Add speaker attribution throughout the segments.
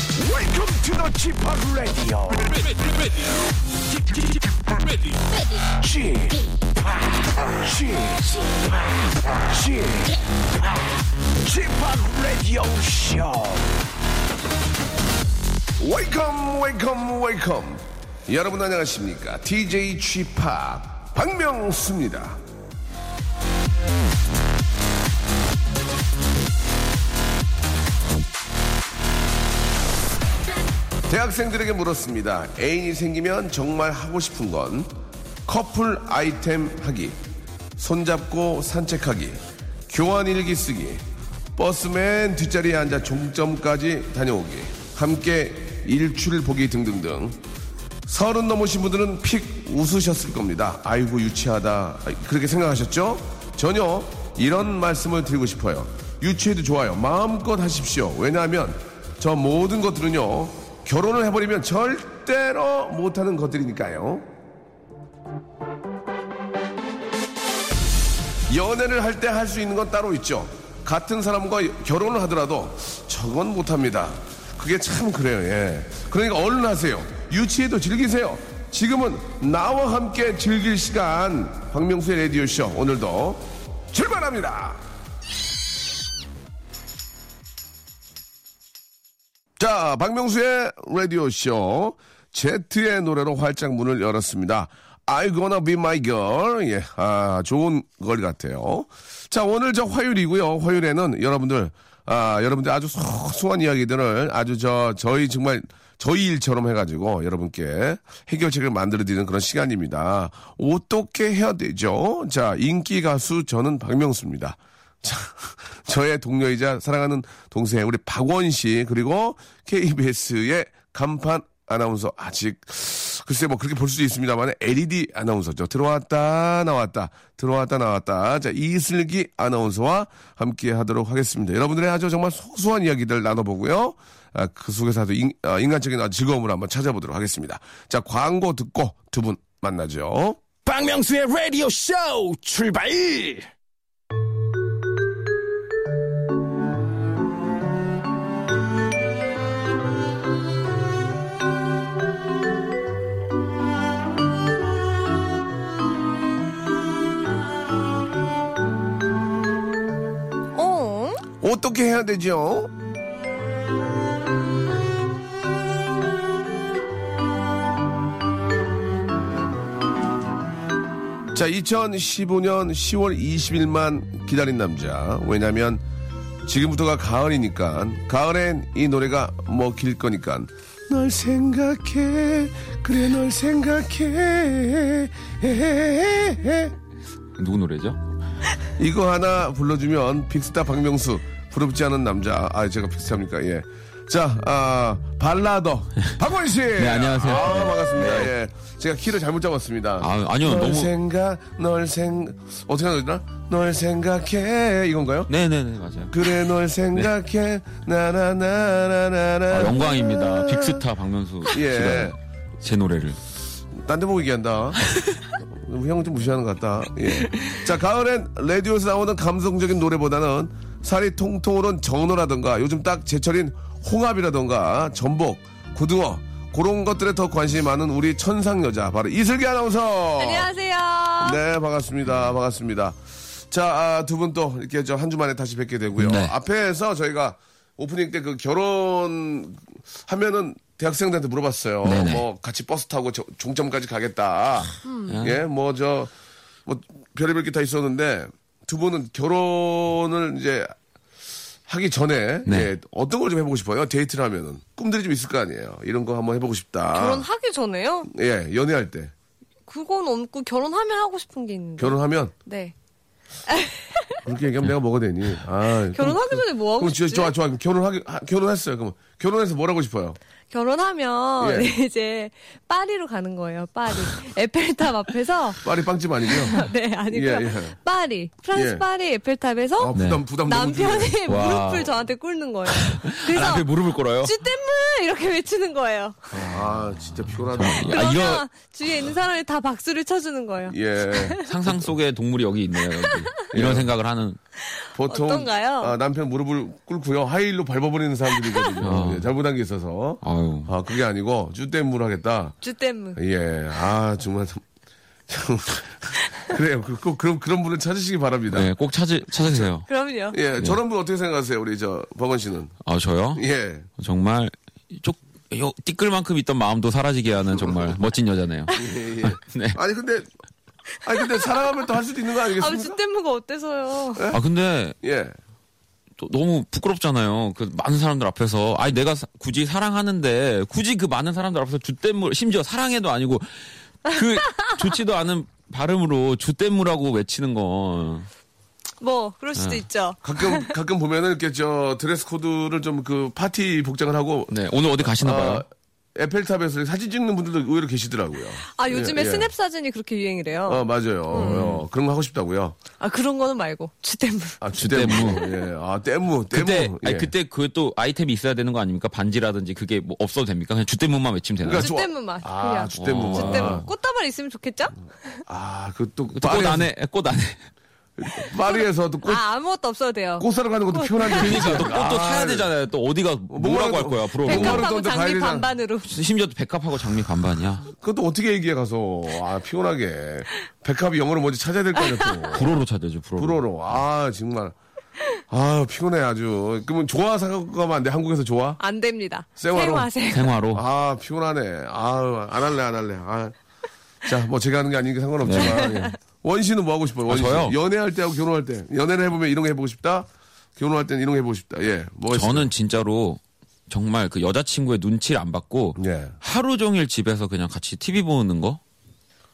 Speaker 1: Welcome to the g p o p Radio. g p o p g p o p Radio Show.
Speaker 2: 웨이컴 웨이컴 웨이컴 여러분 안녕하십니까 DJ g p o p 박명수입니다 대학생들에게 물었습니다 애인이 생기면 정말 하고 싶은 건 커플 아이템 하기 손잡고 산책하기 교환 일기 쓰기 버스 맨 뒷자리에 앉아 종점까지 다녀오기 함께 일출 보기 등등등 서른 넘으신 분들은 픽 웃으셨을 겁니다. 아이고 유치하다 그렇게 생각하셨죠? 전혀 이런 말씀을 드리고 싶어요. 유치해도 좋아요. 마음껏 하십시오. 왜냐하면 저 모든 것들은요 결혼을 해버리면 절대로 못하는 것들이니까요. 연애를 할 때 할 수 있는 건 따로 있죠. 같은 사람과 결혼을 하더라도 저건 못합니다. 그게 참 그래요. 예. 그러니까 얼른 하세요. 유치해도 즐기세요. 지금은 나와 함께 즐길 시간. 박명수의 라디오쇼 오늘도 출발합니다. 자, 박명수의 라디오쇼 제트의 노래로 활짝 문을 열었습니다. I gonna be my girl. 예, 아, 좋은 걸 같아요. 자, 오늘 저 화요일이고요. 화요일에는 여러분들, 아, 여러분들 아주 소소한 이야기들을 아주 저, 저희 정말 저희 일처럼 해가지고 여러분께 해결책을 만들어드리는 그런 시간입니다. 어떻게 해야 되죠? 자, 인기 가수 저는 박명수입니다. 자, 저의 동료이자 사랑하는 동생 우리 박원 씨 그리고 KBS의 간판 아나운서 아직 글쎄 뭐 그렇게 볼 수도 있습니다만 LED 아나운서죠 들어왔다 나왔다 들어왔다 나왔다 자 이슬기 아나운서와 함께 하도록 하겠습니다 여러분들의 아주 정말 소소한 이야기들 나눠보고요 아, 그 속에서도 인, 아, 인간적인 아주 즐거움을 한번 찾아보도록 하겠습니다 자 광고 듣고 두 분 만나죠.
Speaker 1: 박명수의 라디오 쇼 출발.
Speaker 3: 어?
Speaker 2: 어떻게 해야 되죠? 자, 2015년 10월 20일만 기다린 남자. 왜냐면 지금부터가 가을이니까 가을엔 이 노래가 먹힐 거니까 널 생각해 그래 널 생각해
Speaker 4: 누구 노래죠?
Speaker 2: 이거 하나 불러주면 빅스타 박명수 부럽지 않은 남자 아 제가 빅스타입니까 예. 자, 아, 발라더. 박원 씨! 네,
Speaker 4: 안녕하세요.
Speaker 2: 아,
Speaker 4: 네.
Speaker 2: 반갑습니다. 예. 제가 키를 잘못 잡았습니다.
Speaker 4: 아, 아니요,
Speaker 2: 널
Speaker 4: 너무-
Speaker 2: 생각, 널 생, 어떻게 하나 되나? 널 생각해. 이건가요?
Speaker 4: 네네네 맞아요.
Speaker 2: 그래, 널 생각해. 나나나나나나.
Speaker 4: 아, 영광입니다. 빅스타 박명수
Speaker 2: 예.
Speaker 4: 씨가 제 노래를
Speaker 2: 딴 데 보고 얘기한다. 형은 좀 무시하는 것 같다. 예. 자, 가을엔 라디오에서 나오는 감성적인 노래보다는 살이 통통 오른 정로라던가 요즘 딱 제철인 홍합이라던가 전복, 고등어, 그런 것들에 더 관심이 많은 우리 천상여자, 바로 이슬기 아나운서.
Speaker 3: 안녕하세요.
Speaker 2: 네, 반갑습니다. 반갑습니다. 자, 아, 두 분 또 이렇게 저 한 주 만에 다시 뵙게 되고요.
Speaker 4: 네.
Speaker 2: 앞에서 저희가 오프닝 때 그 결혼 하면은 대학생들한테 물어봤어요.
Speaker 4: 네네.
Speaker 2: 뭐 같이 버스 타고 저- 종점까지 가겠다. 예, 뭐 저 뭐 별의별 게 다 있었는데 두 분은 결혼을 이제 하기 전에
Speaker 4: 네.
Speaker 2: 예, 어떤 걸 좀 해보고 싶어요? 데이트를 하면은 꿈들이 좀 있을 거 아니에요. 이런 거 한번 해보고 싶다.
Speaker 3: 결혼하기 전에요?
Speaker 2: 예, 연애할 때
Speaker 3: 그건 없고 결혼하면 하고 싶은 게 있는데.
Speaker 2: 결혼하면
Speaker 3: 네.
Speaker 2: 그렇게 얘기하면 내가 뭐가 되니? 아,
Speaker 3: 결혼하기 전에 뭐 하고
Speaker 2: 그럼 진짜
Speaker 3: 싶지?
Speaker 2: 좋아 좋아 결혼하기 하- 결혼했어요. 그럼 결혼해서 뭘 하고 싶어요?
Speaker 3: 결혼하면
Speaker 2: 예.
Speaker 3: 이제 파리로 가는 거예요. 파리. 에펠탑 앞에서
Speaker 2: 파리 빵집 아니죠?
Speaker 3: 네, 아니고
Speaker 2: 예, 예.
Speaker 3: 파리. 프랑스
Speaker 2: 예.
Speaker 3: 파리 에펠탑에서
Speaker 2: 아 부담 부담 너무 드네요.
Speaker 3: 남편이
Speaker 4: 와.
Speaker 3: 무릎을 저한테 꿇는 거예요. 그래서
Speaker 4: 앞에 아, 무릎을 꿇어요.
Speaker 3: 쥐땜문 이렇게 외치는 거예요.
Speaker 2: 아 진짜 피곤하다.
Speaker 4: 아,
Speaker 3: 그러면
Speaker 4: 이거
Speaker 3: 주위에 있는 사람이 다 박수를 쳐주는 거예요.
Speaker 2: 예.
Speaker 4: 상상 속의 동물이 여기 있네요. 여기. 이런 생각을 사는
Speaker 2: 보통
Speaker 3: 어떤가요?
Speaker 2: 아, 남편 무릎을 꿇고요 하이힐로 밟아버리는 사람들이거든요.
Speaker 4: 어.
Speaker 2: 예, 잘못한 게 있어서
Speaker 4: 아유
Speaker 2: 아 그게 아니고 쭈땜물 하겠다.
Speaker 3: 주댐무.
Speaker 2: 예, 아 정말 참- 참 그래요. 그, 꼭 그런 그런 분을 찾으시기 바랍니다.
Speaker 4: 네꼭 네. 찾으 찾으세요.
Speaker 3: 그럼요. "아,
Speaker 2: 예, 저런 분 어떻게 생각하세요, 우리 저 박원 씨는?
Speaker 4: 아 저요?
Speaker 2: 예,
Speaker 4: 정말 쪽요 띠끌만큼 있던 마음도 사라지게 하는 정말 멋진 여자네요.
Speaker 2: 예, 예. 아니 근데 아니 근데 사랑하면 또 할 수도 있는 거
Speaker 3: 아,
Speaker 2: 아니겠습니까?
Speaker 3: 주댐무가 어때서요?
Speaker 4: 아 근데
Speaker 2: 예,
Speaker 4: 또 너무 부끄럽잖아요. 그 많은 사람들 앞에서 아니 내가 사- 굳이 사랑하는데 굳이 그 많은 사람들 앞에서 주땜물 심지어 사랑해도 아니고 그 좋지도 않은 발음으로 주땜물하고 외치는 건
Speaker 3: 뭐 그럴 수도
Speaker 2: 예.
Speaker 3: 있죠.
Speaker 2: 가끔 가끔 보면은 이렇게 저 드레스 코드를 좀 그 파티 복장을 하고
Speaker 4: 네, 오늘 어디 가시나 봐요.
Speaker 2: 아, 에펠탑에서 사진 찍는 분들도 의외로 계시더라고요.
Speaker 3: 아 요즘에
Speaker 2: 예, 예.
Speaker 3: 스냅 사진이 그렇게 유행이래요.
Speaker 2: 어 맞아요. 어, 그런 거 하고 싶다고요.
Speaker 3: 아 그런 거는 말고 주댐무.
Speaker 2: 아
Speaker 4: 주댐무.
Speaker 2: 주댐무. 예, 아 댐무. 댐무.
Speaker 4: 그때
Speaker 2: 예.
Speaker 4: 아니 그때 그 또 아이템이 있어야 되는 거 아닙니까? 반지라든지 그게 뭐 없어도 됩니까? 그냥 주땜물만 외치면 되나요?
Speaker 2: 그러니까 저-
Speaker 3: 주댐무만.
Speaker 2: 아
Speaker 3: 그냥.
Speaker 2: 주댐무.
Speaker 3: 주댐무. 꽃다발 있으면 좋겠죠?
Speaker 2: 아 그또
Speaker 4: 꽃 안에 꽃 안에
Speaker 2: 파리에서 또 꽃.
Speaker 3: 아 아무것도 없어도 돼요.
Speaker 2: 꽃 사러 가는 것도 피곤한 일이
Speaker 4: 그러니까 또 꽃도
Speaker 2: 아,
Speaker 4: 사야 되잖아요. 또 어디가 뭐라고 할 거야? 부러워.
Speaker 2: 백합.
Speaker 3: 백합하고
Speaker 2: 모르던데
Speaker 3: 장미
Speaker 2: 과일이랑.
Speaker 3: 반반으로.
Speaker 4: 심지어 또 백합하고 장미 반반이야.
Speaker 2: 그것도 어떻게 얘기해 가서 아 피곤하게 백합이 영어로 뭔지 찾아야 될 거 아니야 또
Speaker 4: 불어로 찾아줘. 불어로.
Speaker 2: 불어로 아 정말 아 피곤해 아주 그러면 좋아 생각하면 안돼 한국에서 좋아
Speaker 3: 안 됩니다.
Speaker 2: 생화로.
Speaker 3: 생화 생.
Speaker 4: 생화로.
Speaker 2: 아 피곤하네 아안 할래 안 할래 아자뭐 제가 하는 게 아닌 게 상관없지만 예. 원 씨는 뭐 하고 싶어요 원 씨?
Speaker 4: 네. 아, 저요?
Speaker 2: 연애할 때하고 결혼할 때 연애를 해보면 이런 거 해보고 싶다 결혼할 때는 이런 거 해보고 싶다 예 뭐가 있어요?
Speaker 4: 저는 진짜로 정말 그 여자친구의 눈치를 안 받고
Speaker 2: 예
Speaker 4: 하루 종일 집에서 그냥 같이 TV 보는 거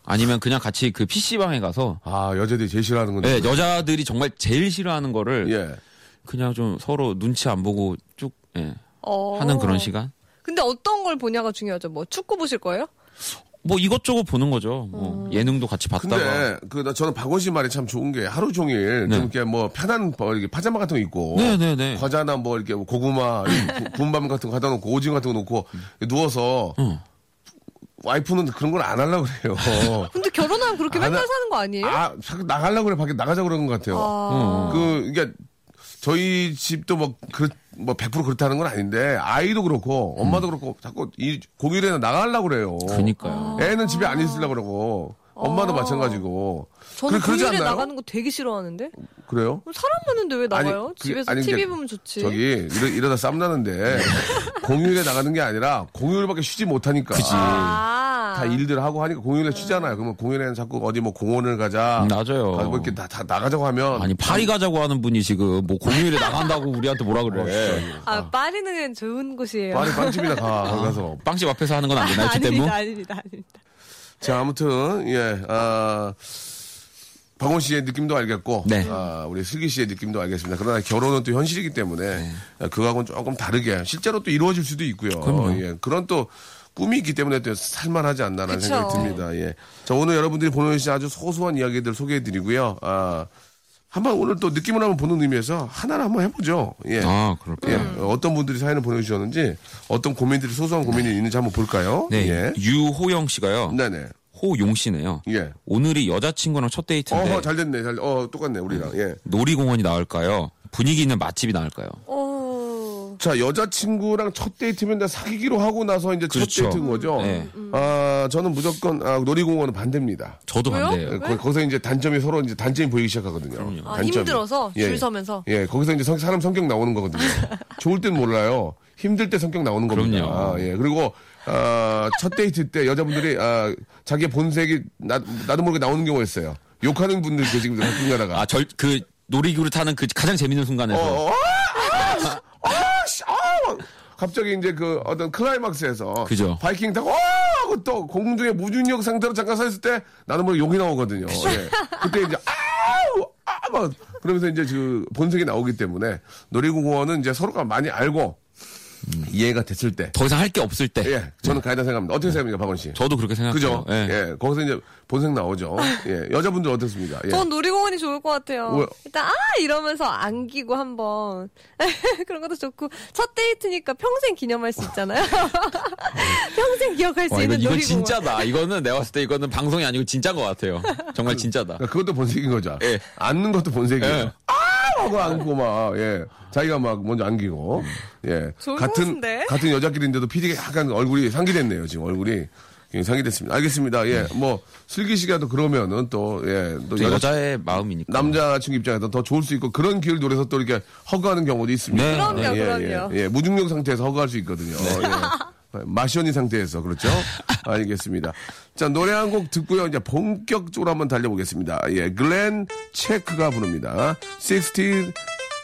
Speaker 4: 아니면 그냥 같이 그 PC방에 가서
Speaker 2: 아, 여자들이 제일 싫어하는 건데.
Speaker 4: 네, 여자들이 정말 제일 싫어하는 거를
Speaker 2: 예.
Speaker 4: 그냥 좀 서로 눈치 안 보고 쭉 예,
Speaker 3: 어.
Speaker 4: 하는 그런 시간
Speaker 3: 근데 어떤 걸 보냐가 중요하죠. 뭐 축구 보실 거예요?
Speaker 4: 뭐 이것저것 보는 거죠
Speaker 3: 어.
Speaker 4: 뭐 예능도 같이 봤다가
Speaker 2: 근데 그 나 저는 박원 씨 말이 참 좋은 게 하루 종일
Speaker 4: 네.
Speaker 2: 좀 이렇게 뭐 편한 뭐 이렇게 파자마 같은 거 입고
Speaker 4: 네네네
Speaker 2: 뭐 과자나 뭐 이렇게 뭐 고구마, 구- 군밤 같은 거 갖다 놓고 오징어 같은 거 놓고 누워서
Speaker 4: 어.
Speaker 2: 와이프는 그런 걸 안 하려고 그래요.
Speaker 3: 근데 결혼하면 그렇게
Speaker 2: 안
Speaker 3: 맨날
Speaker 2: 하-
Speaker 3: 사는 거 아니에요?
Speaker 2: 아, 자꾸 나가려고 그래. 밖에 나가자 고 그러는 것 같아요.
Speaker 4: 어.
Speaker 2: 그 이게 저희 집도 뭐 그 뭐 100% 그렇다는 건 아닌데 아이도 그렇고 엄마도 그렇고 자꾸 이 공휴일에는 나가려고 그래요.
Speaker 4: 음. 그니까요
Speaker 2: 애는 집에 안 있으려고 그러고 엄마도 마찬가지고
Speaker 3: 아. 저는
Speaker 2: 그러- 그러지
Speaker 3: 금요일에
Speaker 2: 않나요?
Speaker 3: 나가는 거 되게 싫어하는데.
Speaker 2: 그래요?
Speaker 3: 그럼 사람 많은데 왜 나가요?
Speaker 2: 아니, 그게-
Speaker 3: 집에서
Speaker 2: 아니,
Speaker 3: TV
Speaker 2: 그러니까
Speaker 3: 보면 좋지.
Speaker 2: 저기 이러, 이러다 쌈 나는데 공휴일에 나가는 게 아니라 공휴일밖에 쉬지 못하니까
Speaker 3: 아.
Speaker 2: 다 일들 하고 하니까 공휴일에 쉬잖아요. 그러면 공휴일에는 자꾸 어디 뭐 공원을 가자.
Speaker 4: 맞아요.
Speaker 2: 가고 이렇게 다, 다 나가자고 하면
Speaker 4: 아니 파리 가자고 하는 분이 지금 뭐 공휴일에 나간다고 우리한테 뭐라
Speaker 2: 어,
Speaker 4: 그래
Speaker 3: 아, 파리는 좋은 곳이에요.
Speaker 2: 빨리 빵집이나 가
Speaker 4: 아.
Speaker 2: 가서.
Speaker 4: 어, 빵집 앞에서 하는 건 안 되나요 뭐? 주땜무
Speaker 3: 아닙니다, 아닙니다, 아닙니다.
Speaker 2: 자 아무튼 예 아. 박원 씨의 느낌도 알겠고,
Speaker 4: 네.
Speaker 2: 아, 우리 슬기 씨의 느낌도 알겠습니다. 그러나 결혼은 또 현실이기 때문에 아, 그거하고는 조금 다르게 실제로 또 이루어질 수도 있고요.
Speaker 4: 네. 그럼요.
Speaker 2: 예, 그런 또 꿈이 있기 때문에 또 살만하지 않나라는
Speaker 3: 그쵸.
Speaker 2: 생각이 듭니다. 예. 자 오늘 여러분들이 보내주신 아주 소소한 이야기들 소개해드리고요. 아, 한번 오늘 또 느낌을 한번 보는 의미에서 하나를 한번 해보죠. 예.
Speaker 4: 아 그렇군요
Speaker 2: 예, 어떤 분들이 사연을 보내주셨는지 어떤 고민들이 소소한 고민이 있는지 한번 볼까요?
Speaker 4: 네,
Speaker 2: 예.
Speaker 4: 유호영 씨가요.
Speaker 2: 네네.
Speaker 4: 호용 씨네요.
Speaker 2: 예.
Speaker 4: 오늘이 여자친구랑 첫 데이트인데
Speaker 2: 어허, 잘 됐네. 잘, 어, 똑같네, 우리랑. 예.
Speaker 4: 놀이공원이 나을까요? 분위기 있는 맛집이 나을까요?
Speaker 3: 오.
Speaker 2: 자, 여자친구랑 첫 데이트면 다 사귀기로 하고 나서 이제 첫
Speaker 4: 그렇죠.
Speaker 2: 데이트인 거죠?
Speaker 4: 네.
Speaker 2: 아, 저는 무조건, 아, 놀이공원은 반대입니다.
Speaker 4: 저도
Speaker 3: 왜요?
Speaker 4: 반대예요.
Speaker 2: 거- 거기서 이제 단점이 서로 이제 단점이 보이기 시작하거든요.
Speaker 3: 아,
Speaker 2: 단점이.
Speaker 3: 힘들어서
Speaker 2: 예.
Speaker 3: 줄 서면서.
Speaker 2: 예, 거기서 이제 성- 사람 성격 나오는 거거든요. 좋을 땐 몰라요. 힘들 때 성격 나오는 겁니다.
Speaker 4: 그럼요.
Speaker 2: 아, 예. 그리고 아, 첫 데이트 때 여자분들이 아, 자기 본색이 나, 나도 모르게 나오는 경우가 있어요. 욕하는 분들 계시거든요. 가끔 가다가.
Speaker 4: 아, 절 그 놀이기구를 타는 그 가장 재밌는
Speaker 2: 어,
Speaker 4: 순간에서
Speaker 2: 어, 어, 아, 아, 씨, 아, 갑자기 이제 그 어떤 클라이막스에서
Speaker 4: 그죠.
Speaker 2: 바이킹 타고 어! 하고 또 공중에 무중력 상태로 잠깐 서 있을 때 나는 모르게 욕이 나오거든요. 예. 그때 이제 아우 아막 그러면서 이제 그 본색이 나오기 때문에 놀이공원은 이제 서로가 많이 알고 이해가 됐을 때
Speaker 4: 더 이상 할 게 없을 때.
Speaker 2: 예, 저는 가야 된다 생각합니다. 어떻게 생각합니까, 박원 씨?
Speaker 4: 네. 저도 그렇게 생각해요.
Speaker 2: 그죠?
Speaker 4: 예.
Speaker 2: 예. 거기서 이제 본색 나오죠. 예, 여자분들 어떻습니까? 예.
Speaker 3: 전 놀이공원이 좋을 것 같아요.
Speaker 2: 왜?
Speaker 3: 일단 아 이러면서 안기고 한번 그런 것도 좋고 첫 데이트니까 평생 기념할 수 있잖아요. 평생 기억할 수
Speaker 4: 와,
Speaker 3: 있는
Speaker 4: 이건, 이건
Speaker 3: 놀이공원.
Speaker 4: 진짜다. 이거는 내가 봤을 때 이거는 방송이 아니고 진짜인 것 같아요. 정말 진짜다.
Speaker 2: 그러니까 그것도 본색인 거죠.
Speaker 4: 예.
Speaker 2: 앉는 것도 본색이에요.
Speaker 4: 예.
Speaker 2: 아! 하고 안고 막, 예. 자기가 막 먼저 안기고,
Speaker 4: 음.
Speaker 2: 예.
Speaker 3: 좋은
Speaker 2: 같은,
Speaker 3: 호스인데?
Speaker 2: 같은 여자끼리인데도 PD가 약간 얼굴이 상기됐네요, 지금 얼굴이. 예, 상기됐습니다. 알겠습니다. 예. 뭐, 슬기 씨가 또 그러면은 또, 예. 또
Speaker 4: 음. 또
Speaker 2: 여자,
Speaker 4: 여자의 마음이니까.
Speaker 2: 남자친구 입장에서 더 좋을 수 있고 그런 기회를 노려서 또 이렇게 허가하는 경우도 있습니다.
Speaker 4: 네.
Speaker 3: 그럼요,
Speaker 2: 예, 예,
Speaker 3: 그럼요. 네.
Speaker 2: 예, 무중력 상태에서 허가할 수 있거든요. 예. 마시언이 상태에서 그렇죠? 알겠습니다. 자 노래 한 곡 듣고요. 이제 본격적으로 한번 달려보겠습니다. 예, 글렌 체크가 부릅니다. 60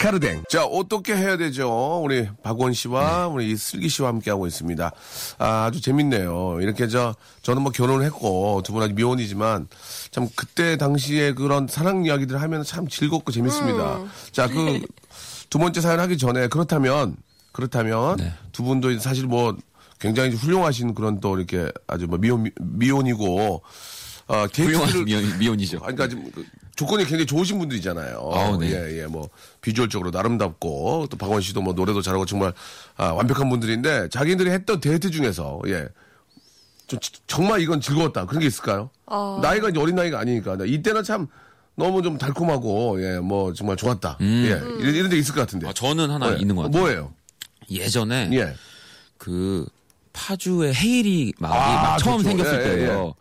Speaker 2: 카르댕. 자 어떻게 해야 되죠? 우리 박원 씨와 우리 이 슬기 씨와 함께 하고 있습니다. 아, 아주 재밌네요. 이렇게 저 저는 뭐 결혼을 했고 두 분 아직 미혼이지만 참 그때 당시에 그런 사랑 이야기들 하면 참 즐겁고 재밌습니다.
Speaker 3: 음.
Speaker 2: 자 그 두 번째 사연 하기 전에 그렇다면 그렇다면
Speaker 4: 네.
Speaker 2: 두 분도 사실 뭐 굉장히 훌륭하신 그런 또 이렇게 아주 뭐 미혼 미혼이고 어,
Speaker 4: 훌륭한
Speaker 2: 데이트를
Speaker 4: 미혼, 미혼이죠.
Speaker 2: 아니, 그러니까 지금 그 조건이 굉장히 좋으신 분들이잖아요.
Speaker 4: 네. 아우, 네.
Speaker 2: 예, 예, 뭐 비주얼적으로도 아름답고 또 박원 씨도 뭐 노래도 잘하고 정말 아, 완벽한 분들인데 자기들이 했던 데이트 중에서 예. 좀 지- 정말 이건 즐거웠다 그런 게 있을까요?
Speaker 3: 어.
Speaker 2: 나이가 이제 어린 나이가 아니니까 나 이때는 참 너무 좀 달콤하고 예, 뭐 정말 좋았다. 예, 이런, 이런 데 있을 것 같은데.
Speaker 4: 음. 아, 저는 하나
Speaker 2: 예.
Speaker 4: 있는 것 네. 같아요.
Speaker 2: 뭐예요?
Speaker 4: 예전에
Speaker 2: 예.
Speaker 4: 그 파주의 헤이리 마을이
Speaker 2: 아,
Speaker 4: 막 처음
Speaker 2: 좋죠.
Speaker 4: 생겼을
Speaker 2: 예, 예,
Speaker 4: 때예요.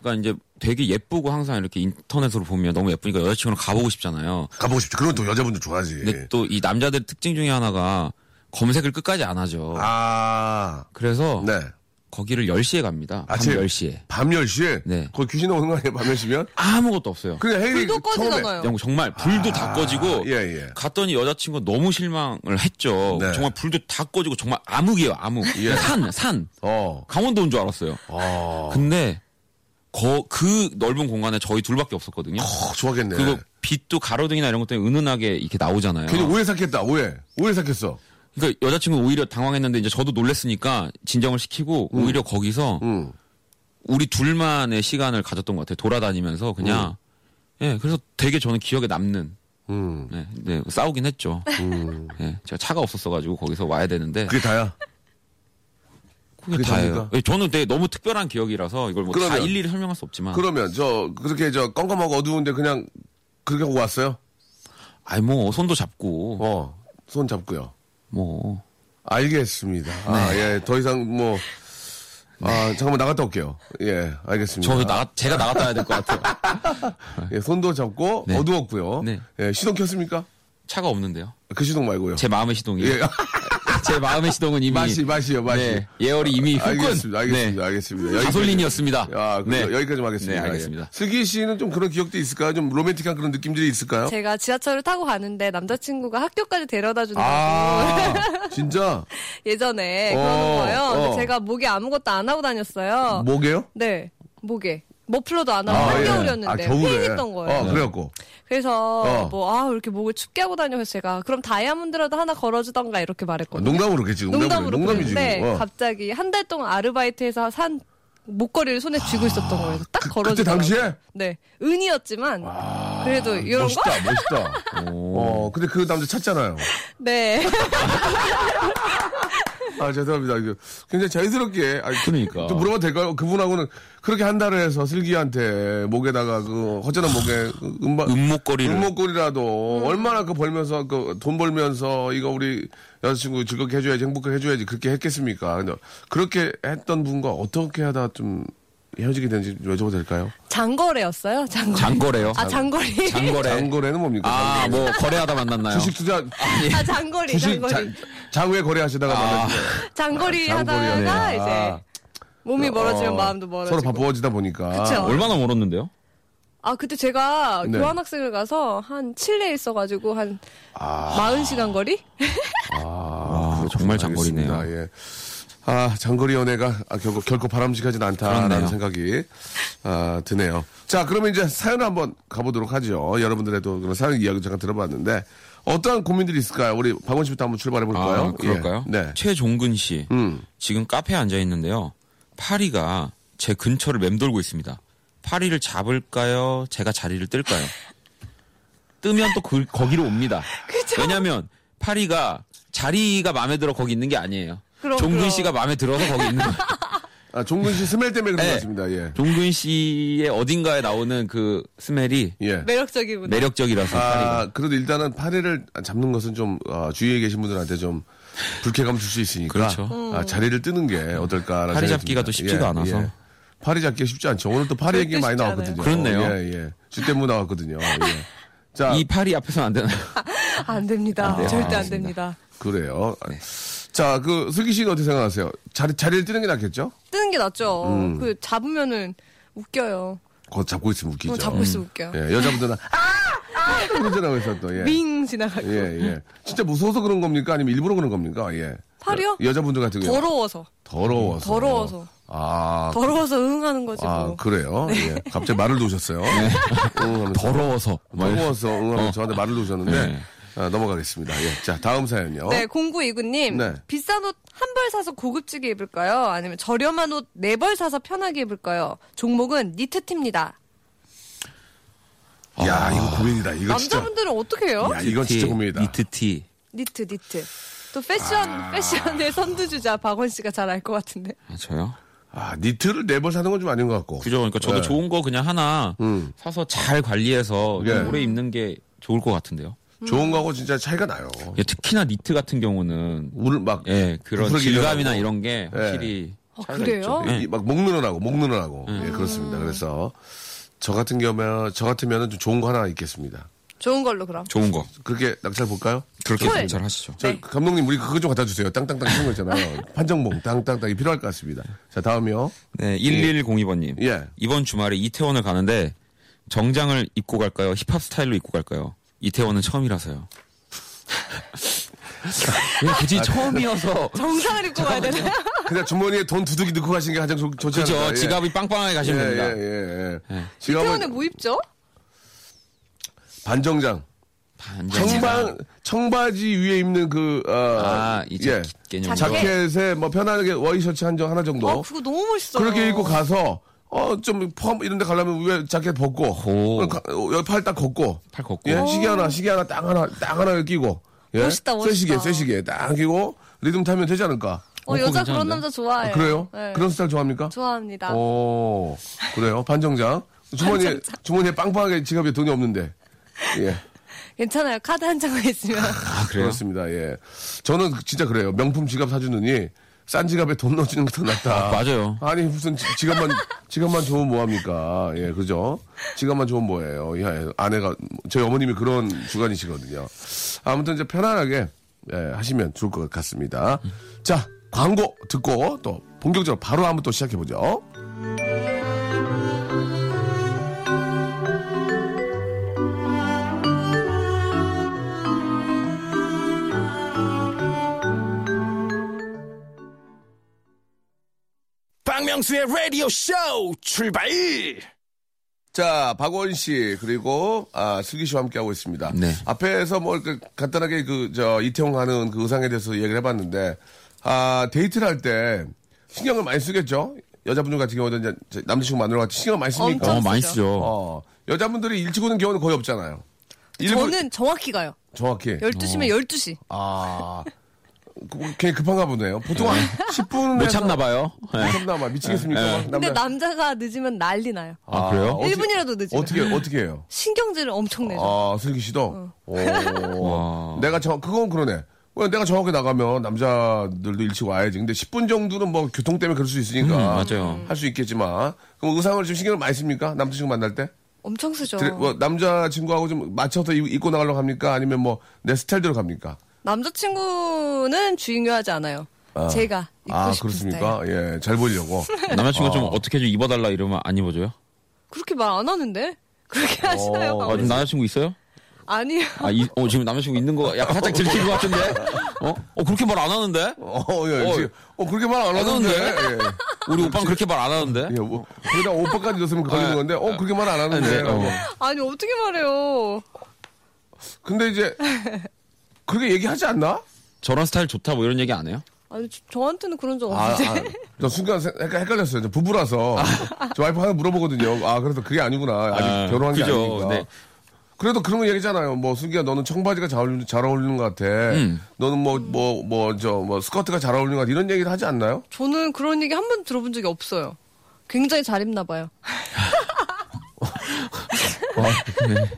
Speaker 4: 그러니까 이제 되게 예쁘고 항상 이렇게 인터넷으로 보면 너무 예쁘니까 여자친구랑 가보고 싶잖아요.
Speaker 2: 가보고 싶죠. 그런 또 여자분들 좋아하지.
Speaker 4: 근데 네, 또 이 남자들 특징 중에 하나가 검색을 끝까지 안 하죠.
Speaker 2: 아,
Speaker 4: 그래서
Speaker 2: 네.
Speaker 4: 거기를 10시에 갑니다. 밤
Speaker 2: 아침
Speaker 4: 10시에.
Speaker 2: 밤 10시에?
Speaker 4: 네.
Speaker 2: 거기 귀신 나오는 거 아니에요? 밤 10시면?
Speaker 4: 아무것도 없어요.
Speaker 2: 그냥 헤이
Speaker 3: 불도
Speaker 2: 처음에
Speaker 3: 꺼지잖아요.
Speaker 4: 영- 정말 불도 다 꺼지고
Speaker 2: 예, 예.
Speaker 4: 갔더니 여자친구 너무 실망을 했죠.
Speaker 2: 네. 예.
Speaker 4: 정말 불도 다 꺼지고 정말 암흑이에요, 암흑. 그냥 산, 산.
Speaker 2: 어.
Speaker 4: 강원도 온 줄 알았어요.
Speaker 2: 어.
Speaker 4: 근데 거- 그 넓은 공간에 저희 둘밖에 없었거든요.
Speaker 2: 어, 좋아겠네.
Speaker 4: 그리고 빛도 가로등이나 이런 것 때문에 은은하게 이렇게 나오잖아요.
Speaker 2: 괜히 오해 삭혔다. 오해. 오해 삭혔어.
Speaker 4: 그러니까 여자친구 오히려 당황했는데 이제 저도 놀랬으니까 진정을 시키고 오히려 거기서
Speaker 2: 음.
Speaker 4: 우리 둘만의 시간을 가졌던 것 같아요. 돌아다니면서 그냥 예 그래서 되게 저는 기억에 남는
Speaker 2: 음.
Speaker 4: 네, 네, 싸우긴 했죠. 예, 제가 차가 없었어가지고 거기서 와야 되는데
Speaker 2: 그게 다야.
Speaker 4: 그게,
Speaker 2: 그게
Speaker 4: 다예요.
Speaker 2: 답니까?
Speaker 4: 예, 저는 되게 너무 특별한 기억이라서 이걸 뭐 다
Speaker 2: 그러면-
Speaker 4: 일일이 설명할 수 없지만
Speaker 2: 그러면 저 그렇게 저 껌껌하고 어두운데 그냥 그렇게 하고 왔어요?
Speaker 4: 아이 뭐 손도 잡고
Speaker 2: 어. 손 잡고요.
Speaker 4: 뭐
Speaker 2: 알겠습니다. 아,
Speaker 4: 네.
Speaker 2: 예. 더 이상 뭐 아, 잠깐만 나갔다 올게요. 예. 알겠습니다.
Speaker 4: 저도 나 제가 나갔다 와야 될 것 같아요.
Speaker 2: 예, 손도 잡고
Speaker 4: 네.
Speaker 2: 어두웠고요.
Speaker 4: 네.
Speaker 2: 예, 시동 켰습니까?
Speaker 4: 차가 없는데요.
Speaker 2: 그 시동 말고요.
Speaker 4: 제 마음의 시동이
Speaker 2: 예.
Speaker 4: 제 마음의 시동은 이미
Speaker 2: 맛이 맛이요, 맛이.
Speaker 4: 네, 예열이 이미 후끈
Speaker 2: 아, 알겠습니다. 알겠습니다.
Speaker 4: 네,
Speaker 2: 알겠습니다.
Speaker 4: 가솔린이었습니다.
Speaker 2: 아, 그 여기까지 하겠습니다.
Speaker 4: 네, 알겠습니다.
Speaker 2: 슬기 씨는 좀 그런 기억도 있을까요? 좀 로맨틱한 그런 느낌들이 있을까요?
Speaker 3: 제가 지하철을 타고 가는데 남자친구가 학교까지 데려다 준다고
Speaker 2: 아, 진짜
Speaker 3: 예전에
Speaker 2: 어,
Speaker 3: 그러는 거예요. 근데
Speaker 2: 어.
Speaker 3: 제가 목에 아무것도 안 하고 다녔어요.
Speaker 2: 뭐게요?
Speaker 3: 네, 목에. 머플러도 안 하고
Speaker 2: 예.
Speaker 3: 한겨울이었는데
Speaker 2: 아, 겨울에.
Speaker 3: 휑했던 거예요.
Speaker 2: 어,
Speaker 4: 네.
Speaker 2: 그래갖고.
Speaker 3: 그래서
Speaker 2: 어.
Speaker 3: 뭐 아 이렇게 목을 춥게 하고 다녀 그래서 제가 그럼 다이아몬드라도 하나 걸어주던가 이렇게
Speaker 2: 어,
Speaker 3: 말했거든요.
Speaker 2: 농담으로 그랬지, 농담으로.
Speaker 3: 농담으로
Speaker 2: 농담이지.
Speaker 3: 그랬는데
Speaker 2: 어.
Speaker 3: 갑자기 한 달 동안 아르바이트해서 산 목걸이를 손에 쥐고 있었던 거예요. 딱
Speaker 2: 그-
Speaker 3: 걸어주고.
Speaker 2: 그때 당시에?
Speaker 3: 네, 은이었지만 그래도 이런 거.
Speaker 2: 멋있다, 멋있다. 어, 근데 그 남자 찾잖아요.
Speaker 3: 네.
Speaker 2: 아, 죄송합니다. 이거 굉장히 자연스럽게. 아,
Speaker 4: 그러니까.
Speaker 2: 좀 물어봐도 될까요? 그분하고는 그렇게 한 달을 해서 슬기한테 목에다가 그 허전한 목에 그 음반,
Speaker 4: 음목걸이를
Speaker 2: 음목골이라도 얼마나 그 벌면서 그 돈 벌면서 이거 우리 여자친구 즐겁게 해줘야지 행복하게 해줘야지 그렇게 했겠습니까? 근데 그렇게 했던 분과 어떻게 하다 좀 헤어지게 된지 여쭤봐도 될까요?
Speaker 3: 장거래였어요. 장거래.
Speaker 4: 장거래요.
Speaker 3: 아 장거리.
Speaker 4: 장거래.
Speaker 2: 장거래는 뭡니까?
Speaker 4: 아,
Speaker 2: 장거래.
Speaker 4: 뭐 거래하다 만났나요?
Speaker 2: 주식 투자
Speaker 3: 아 장거리.
Speaker 2: 주식 자,
Speaker 3: 장거리.
Speaker 2: 장외 거래하시다가
Speaker 4: 아.
Speaker 2: 만났어요.
Speaker 3: 장거리
Speaker 2: 장거리였네.
Speaker 3: 하다가
Speaker 2: 아.
Speaker 3: 이제 몸이 멀어지면
Speaker 2: 어,
Speaker 3: 마음도 멀어지고.
Speaker 2: 서로 바빠지다 보니까
Speaker 3: 그쵸.
Speaker 4: 얼마나 멀었는데요?
Speaker 3: 아 그때 제가
Speaker 2: 네.
Speaker 3: 교환학생을 가서 한 칠레에 있어가지고 한
Speaker 2: 아.
Speaker 3: 마흔 시간 거리?
Speaker 2: 네.
Speaker 4: 아, 정말 장거리네요.
Speaker 2: 알겠습니다. 예. 아, 장거리 연애가 아, 결국 결코 바람직하진 않다라는
Speaker 4: 그렇네요.
Speaker 2: 생각이 아, 드네요. 자, 그러면 이제 사연 한번 가보도록 하죠. 여러분들의 또 그런 사연 이야기 잠깐 들어봤는데 어떠한 고민들이 있을까요? 우리 박원 씨부터 한번 출발해 볼까요?
Speaker 4: 아, 그럴까요?
Speaker 2: 예. 네.
Speaker 4: 최종근 씨
Speaker 2: 음.
Speaker 4: 지금 카페에 앉아 있는데요. 파리가 제 근처를 맴돌고 있습니다. 파리를 잡을까요? 제가 자리를 뜰까요? 뜨면 또 그- 거기로 옵니다. 왜냐하면 파리가 자리가 마음에 들어 거기 있는 게 아니에요.
Speaker 3: 그럼,
Speaker 4: 종근
Speaker 3: 그럼.
Speaker 4: 씨가 마음에 들어서 거기 있는 거예요.
Speaker 2: 아, 종근 씨 스멜 때문에 그런
Speaker 4: 네.
Speaker 2: 것 같습니다. 예.
Speaker 4: 종근 씨의 어딘가에 나오는 그 스멜이
Speaker 2: 예.
Speaker 3: 매력적이구나.
Speaker 4: 매력적이라서 파리가.
Speaker 2: 아, 그래도 일단은 파리를 잡는 것은 좀 아, 주위에 계신 분들한테 좀 불쾌감 줄 수 있으니까
Speaker 4: 그렇죠.
Speaker 2: 아, 자리를 뜨는 게 어떨까라는
Speaker 4: 파리
Speaker 2: 생각이 듭니다.
Speaker 4: 잡기가 또 쉽지가 않아서.
Speaker 2: 파리 잡기가 쉽지 않죠. 오늘 또 파리 얘기 많이
Speaker 3: 쉽지 않아요.
Speaker 2: 나왔거든요.
Speaker 4: 그렇네요.
Speaker 2: 예, 예. 주때문 나왔거든요. 예. 자,
Speaker 4: 이 파리 앞에서는 안 되나요?
Speaker 3: 아, 안 됩니다. 절대
Speaker 2: 아,
Speaker 3: 안 됩니다.
Speaker 2: 그래요. 자, 그 슬기 씨는 어떻게 생각하세요? 자리 자리를 뜨는 게 낫겠죠?
Speaker 3: 뜨는 게 낫죠.
Speaker 2: 음.
Speaker 3: 그 잡으면은 웃겨요.
Speaker 2: 거 잡고 있으면 웃기죠.
Speaker 3: 그럼 뭐 잡고 있으면 웃겨요.
Speaker 2: 예, 여자분들은 아! 아! 그러잖아요. 그래서 또 예.
Speaker 3: 빙 지나가고
Speaker 2: 예, 예. 진짜 무서워서 그런 겁니까? 아니면 일부러 그런 겁니까? 예.
Speaker 3: 팔이요?
Speaker 2: 여- 여자분들 같은 경우
Speaker 3: 더러워서
Speaker 2: 더러워서.
Speaker 3: 더러워서.
Speaker 2: 아.
Speaker 3: 더러워서 응하는 거지
Speaker 2: 아,
Speaker 3: 뭐.
Speaker 2: 그래요?
Speaker 4: 네.
Speaker 2: 예. 갑자기 말을 놓으셨어요. 응,
Speaker 4: 더러워서. 어.
Speaker 2: 더러워서 응, 하면서 저한테 말을 놓으셨는데
Speaker 4: 네.
Speaker 2: 아, 넘어가겠습니다. 예. 자, 다음 사연요.
Speaker 3: 네, 0929님.
Speaker 2: 네.
Speaker 3: 비싼 옷 한 벌 사서 고급지게 입을까요? 아니면 저렴한 옷 네 벌 사서 편하게 입을까요? 종목은 니트티입니다.
Speaker 2: 야, 이거 고민이다. 이거 진짜.
Speaker 3: 남자분들은 어떻게 해요?
Speaker 2: 야, 이건 진짜 고민이다.
Speaker 4: 니트티.
Speaker 3: 니트, 니트. 또 패션,
Speaker 2: 아.
Speaker 3: 패션의 선두주자 박원 씨가 잘 알 것 같은데.
Speaker 4: 아, 저요?
Speaker 2: 아, 니트를 네 벌 사는 건 좀 아닌 것 같고.
Speaker 4: 그죠. 그러니까 저도
Speaker 2: 예.
Speaker 4: 좋은 거 그냥 하나 사서 잘 관리해서
Speaker 2: 음.
Speaker 4: 좀
Speaker 2: 예.
Speaker 4: 오래 입는 게 좋을 것 같은데요.
Speaker 2: 음. 좋은 거하고 진짜 차이가 나요.
Speaker 4: 예, 특히나 니트 같은 경우는
Speaker 2: 오늘 막
Speaker 4: 예, 그런
Speaker 2: 부풀어지려고
Speaker 4: 질감이나
Speaker 2: 하고.
Speaker 4: 이런 게
Speaker 2: 예.
Speaker 4: 확실히
Speaker 3: 아,
Speaker 4: 차이가
Speaker 3: 그래요?
Speaker 4: 있죠. 예. 음.
Speaker 2: 이- 막목 늘어나고 목 늘어나고 예 그렇습니다. 그래서 저 같은 경우면 저 같으면은 좀 좋은 거 하나 있겠습니다.
Speaker 3: 좋은 걸로 그럼.
Speaker 4: 좋은 거.
Speaker 2: 그렇게 낙찰 볼까요?
Speaker 4: 그렇게
Speaker 3: 헐.
Speaker 4: 잘 하시죠.
Speaker 2: 저
Speaker 3: 네.
Speaker 2: 감독님 우리 그거 좀 갖다 주세요. 땅땅땅 이런 거 있잖아요. 판정봉 땅땅땅이 필요할 것 같습니다. 자 다음이요.
Speaker 4: 네, 1102번님.
Speaker 2: 예.
Speaker 4: 이번 주말에 이태원을 가는데 정장을 입고 갈까요? 힙합 스타일로 입고 갈까요? 이태원은 처음이라서요. 왜 예, 굳이 처음이어서
Speaker 3: 정상을 입고 가야 되나요?
Speaker 2: 그냥 주머니에 돈 두둑이 넣고 가시는 게 가장 좋, 좋지 않을까.
Speaker 4: 그죠?
Speaker 2: 예.
Speaker 4: 지갑이 빵빵하게
Speaker 2: 예,
Speaker 4: 가시면
Speaker 2: 예,
Speaker 4: 됩니다.
Speaker 2: 예, 예.
Speaker 3: 이태원에
Speaker 2: 지갑은
Speaker 3: 뭐 입죠?
Speaker 2: 반정장,
Speaker 4: 반전
Speaker 2: 청바 청바지 위에 입는 그 어,
Speaker 4: 아, 이제
Speaker 2: 예.
Speaker 4: 개념.
Speaker 3: 자켓.
Speaker 2: 자켓에 뭐 편하게 와이셔츠 한 정 하나 정도.
Speaker 3: 어, 그거 너무 멋있어요.
Speaker 2: 뭐? 그렇게 입고 가서 어 좀 펌 이런 데 가려면 위에 자켓 벗고 어,
Speaker 4: 오.
Speaker 2: 팔딱 걷고
Speaker 4: 팔 걷고.
Speaker 2: 예 시계 하나 시계 하나 딱 하나 딱 하나 끼고 예?
Speaker 3: 멋있다, 멋있다.
Speaker 2: 쇠시계 쇠시계 딱 끼고 리듬 타면 되지 않을까
Speaker 3: 어,
Speaker 4: 어,
Speaker 3: 여자
Speaker 4: 괜찮은데?
Speaker 3: 그런 남자 좋아해요.
Speaker 2: 그래요
Speaker 3: 네.
Speaker 2: 그런 어. 스타일 좋아합니까
Speaker 3: 좋아합니다.
Speaker 2: 오 그래요 반정장 주머니에 주머니에 빵빵하게 지갑에 돈이 없는데 예
Speaker 3: 괜찮아요. 카드 한 장만 있으면.
Speaker 4: 아, 그래요?
Speaker 2: 그렇습니다 예 저는 진짜 그래요 명품 지갑 사주느니 싼 지갑에 돈 넣어주는 게 더 낫다
Speaker 4: 아, 맞아요.
Speaker 2: 아니 무슨 지- 지갑만 지갑만 좋으면 뭐합니까? 예, 그죠? 지갑만 좋으면 뭐예요? 예, 아내가 저희 어머님이 그런 주관이시거든요. 아무튼 이제 편안하게 예, 하시면 좋을 것 같습니다. 자, 광고 듣고 또 본격적으로 바로 한번 또 시작해 보죠.
Speaker 1: 박명수의 라디오 쇼 출발!
Speaker 2: 자, 박원 씨 그리고 아, 슬기 씨와 함께 하고 있습니다.
Speaker 4: 네.
Speaker 2: 앞에서 뭐 이렇게 간단하게 그 저 이태원 가는 그 의상에 대해서 얘기를 해봤는데 아 데이트를 할 때 신경을 많이 쓰겠죠. 여자분들 같은 경우는 이제 제 남자친구 만나러 갈 때 신경 을 많이 쓰니까.
Speaker 4: 어,
Speaker 3: 엄청
Speaker 4: 많이
Speaker 3: 쓰죠.
Speaker 4: 쓰죠.
Speaker 2: 어, 여자분들이 일찍 오는 경우는 거의 없잖아요. 일부-
Speaker 3: 저는 정확히 가요.
Speaker 2: 정확히
Speaker 3: 12시면 12시.
Speaker 2: 아 그- 걔 급한가 보네요. 보통 한 10분
Speaker 4: 못 참나 봐요. 예.
Speaker 2: 참나봐 미치겠습니까?
Speaker 3: 근데
Speaker 2: 남자-
Speaker 3: 남자가 늦으면 난리 나요.
Speaker 4: 아, 그래요?
Speaker 2: 어떻게-
Speaker 3: 1분이라도 늦으면.
Speaker 2: 어떻게 어떻게 해요?
Speaker 3: 신경질을 엄청 내죠.
Speaker 2: 아, 슬기
Speaker 3: 어.
Speaker 2: 씨도? 오.
Speaker 4: 아, 와.
Speaker 2: 내가 정, 그건 그러네. 왜 내가 정확히 나가면 남자들도 일찍 와야지. 근데 10분 정도는 뭐 교통 때문에 그럴 수 있으니까.
Speaker 4: 음, 맞아요.
Speaker 2: 할 수 있겠지만. 그럼 의상을 좀 신경을 많이 씁니까? 남자친구 만날 때?
Speaker 3: 엄청 쓰죠.
Speaker 2: 드레- 뭐 남자친구하고 좀 맞춰서 입- 입고 나가려고 합니까? 아니면 뭐 내 스타일대로 갑니까?
Speaker 3: 남자친구는 중요하지 않아요. 제가 입고
Speaker 2: 아,
Speaker 3: 싶은
Speaker 2: 그렇습니까?
Speaker 3: 스타일.
Speaker 2: 예, 잘 보이려고.
Speaker 4: 남자친구가 좀 어떻게 좀 입어달라 이러면 안 입어줘요?
Speaker 3: 그렇게 말 안 하는데? 그렇게
Speaker 2: 어,
Speaker 3: 하시나요?
Speaker 4: 아,
Speaker 3: 방금?
Speaker 4: 지금 남자친구 있어요?
Speaker 3: 아니요.
Speaker 4: 아, 이- 어, 지금 남자친구 있는 거 약간 살짝 들킨 것 같은데? 어? 어, 그렇게 말 안 하는데?
Speaker 2: 어, 예,
Speaker 4: 어.
Speaker 2: 지금- 어, 그렇게 말 안 하는데.
Speaker 4: 하는데?
Speaker 2: 예.
Speaker 4: 우리 오빠는 그렇게 말 안 하는데?
Speaker 2: 예, 뭐, 거기다 오빠까지 넣었으면 걸리는 건데, 어, 그렇게 말 안 하는데.
Speaker 4: 네, 어.
Speaker 3: 아니, 어떻게 말해요?
Speaker 2: 근데 이제, 그렇게 얘기하지 않나?
Speaker 4: 저런 스타일 좋다 뭐 이런 얘기 안 해요?
Speaker 3: 아니, 저, 한테는 그런 적
Speaker 2: 아,
Speaker 3: 없는데.
Speaker 2: 아, 저 순간 세- 약간 헷갈렸어요. 저 부부라서 저 와이프 항상 물어보거든요. 아, 그래서 그게 아니구나. 아직
Speaker 4: 아,
Speaker 2: 결혼한 게
Speaker 4: 그죠.
Speaker 2: 아니니까.
Speaker 4: 네.
Speaker 2: 그래도 그런 거 얘기잖아요. 뭐 순기야 너는 청바지가 잘 어울리는, 잘 어울리는 것 같아.
Speaker 4: 음.
Speaker 2: 너는 뭐 뭐 뭐 저 뭐 스커트가 잘 어울리는 것 같아. 이런 얘기를 하지 않나요?
Speaker 5: 저는 그런 얘기 한 번도 들어본 적이 없어요. 굉장히 잘 입나 봐요.
Speaker 2: 아,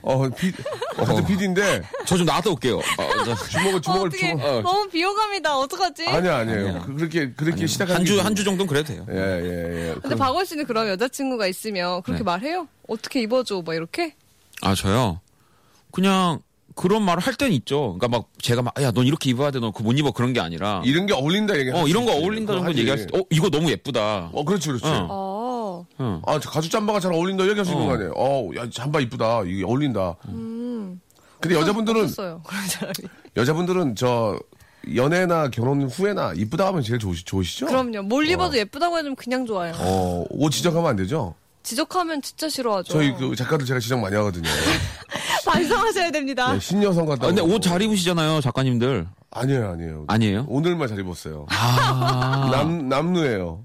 Speaker 2: 어, 비, 어, 같은 PD인데
Speaker 4: 저 좀 나갔다 올게요. 어, 저-
Speaker 2: 주먹을
Speaker 3: 어,
Speaker 2: 주먹을
Speaker 3: 떻게
Speaker 2: 주먹.
Speaker 3: 너무 비호감이다. 어떡하지?
Speaker 2: 아. 아니야 아니에요. 그- 그렇게 그렇게 시작하는
Speaker 4: 한 주,
Speaker 2: 게-
Speaker 4: 한 주 정도는 그래도 돼요.
Speaker 2: 예, 예, 예.
Speaker 5: 근데 박원 씨는 그런 여자친구가 있으면 그렇게
Speaker 4: 네.
Speaker 5: 말해요? 어떻게 입어줘? 막 이렇게?
Speaker 4: 아, 저요? 그냥 그런 말을 할 땐 있죠. 그러니까 막 제가 막, 야, 넌 이렇게 입어야 돼. 넌 그거 못 입어. 그런 게 아니라.
Speaker 2: 이런 게 어울린다 얘기.
Speaker 4: 어, 이런 거 어울린다 정도 얘기할 수, 어, 이거 너무 예쁘다.
Speaker 2: 어, 그렇지, 그렇지.
Speaker 4: 어.
Speaker 3: 어.
Speaker 4: 응.
Speaker 2: 아, 저 가죽 잠바가 잘 어울린다 얘기할 수 있는
Speaker 4: 어.
Speaker 2: 거 아니에요? 어, 야, 잠바 이쁘다. 이게 어울린다. 근데 여자분들은
Speaker 5: 음. 없었어요. 그런 사람이.
Speaker 2: 여자분들은 저 연애나 결혼 후에나 이쁘다 하면 제일 좋으시, 좋으시죠?
Speaker 5: 그럼요. 뭘 입어도 예쁘다고 해주면 그냥 좋아요.
Speaker 2: 어, 옷 지적하면 안 되죠?
Speaker 5: 지적하면 진짜 싫어하죠.
Speaker 2: 저희 그 작가들 제가 지적 많이 하거든요.
Speaker 3: 반성하셔야 됩니다.
Speaker 2: 네, 신여성 같다.
Speaker 4: 아, 근데 옷 잘 입으시잖아요, 작가님들.
Speaker 2: 아니에요, 아니에요.
Speaker 4: 아니에요?
Speaker 2: 오늘만 잘 입었어요.
Speaker 4: 아,
Speaker 2: 남, 남루예요.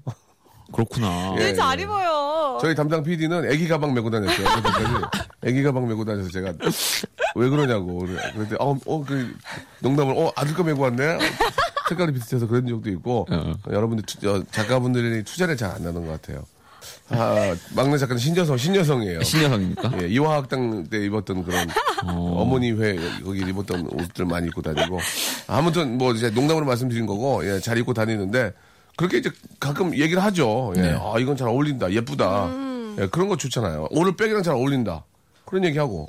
Speaker 4: 그렇구나.
Speaker 5: 네,
Speaker 2: 예,
Speaker 3: 늘 잘
Speaker 2: 예.
Speaker 3: 입어요.
Speaker 2: 저희 담당 PD는 애기 가방 메고 다녔어요. 그때까지 애기 가방 메고 다녀서 제가 왜 그러냐고. 그랬더니, 어, 어, 그 농담을, 어, 아들 거 메고 왔네? 색깔이 비슷해서 그런 적도 있고,
Speaker 4: 어.
Speaker 2: 여러분들, 투- 어, 작가분들이 투자를 잘 안 하는 것 같아요. 아, 막내 작가는 신여성, 신여성이에요.
Speaker 4: 신여성입니까?
Speaker 2: 예, 이화학당 때 입었던 그런 어머니 회 거기 입었던 옷들 많이 입고 다니고 아무튼 뭐 이제 농담으로 말씀드린 거고 예, 잘 입고 다니는데 그렇게 이제 가끔 얘기를 하죠. 예,
Speaker 4: 네.
Speaker 2: 아 이건 잘 어울린다, 예쁘다. 예, 그런 거 좋잖아요. 오늘백이랑 잘 어울린다. 그런 얘기하고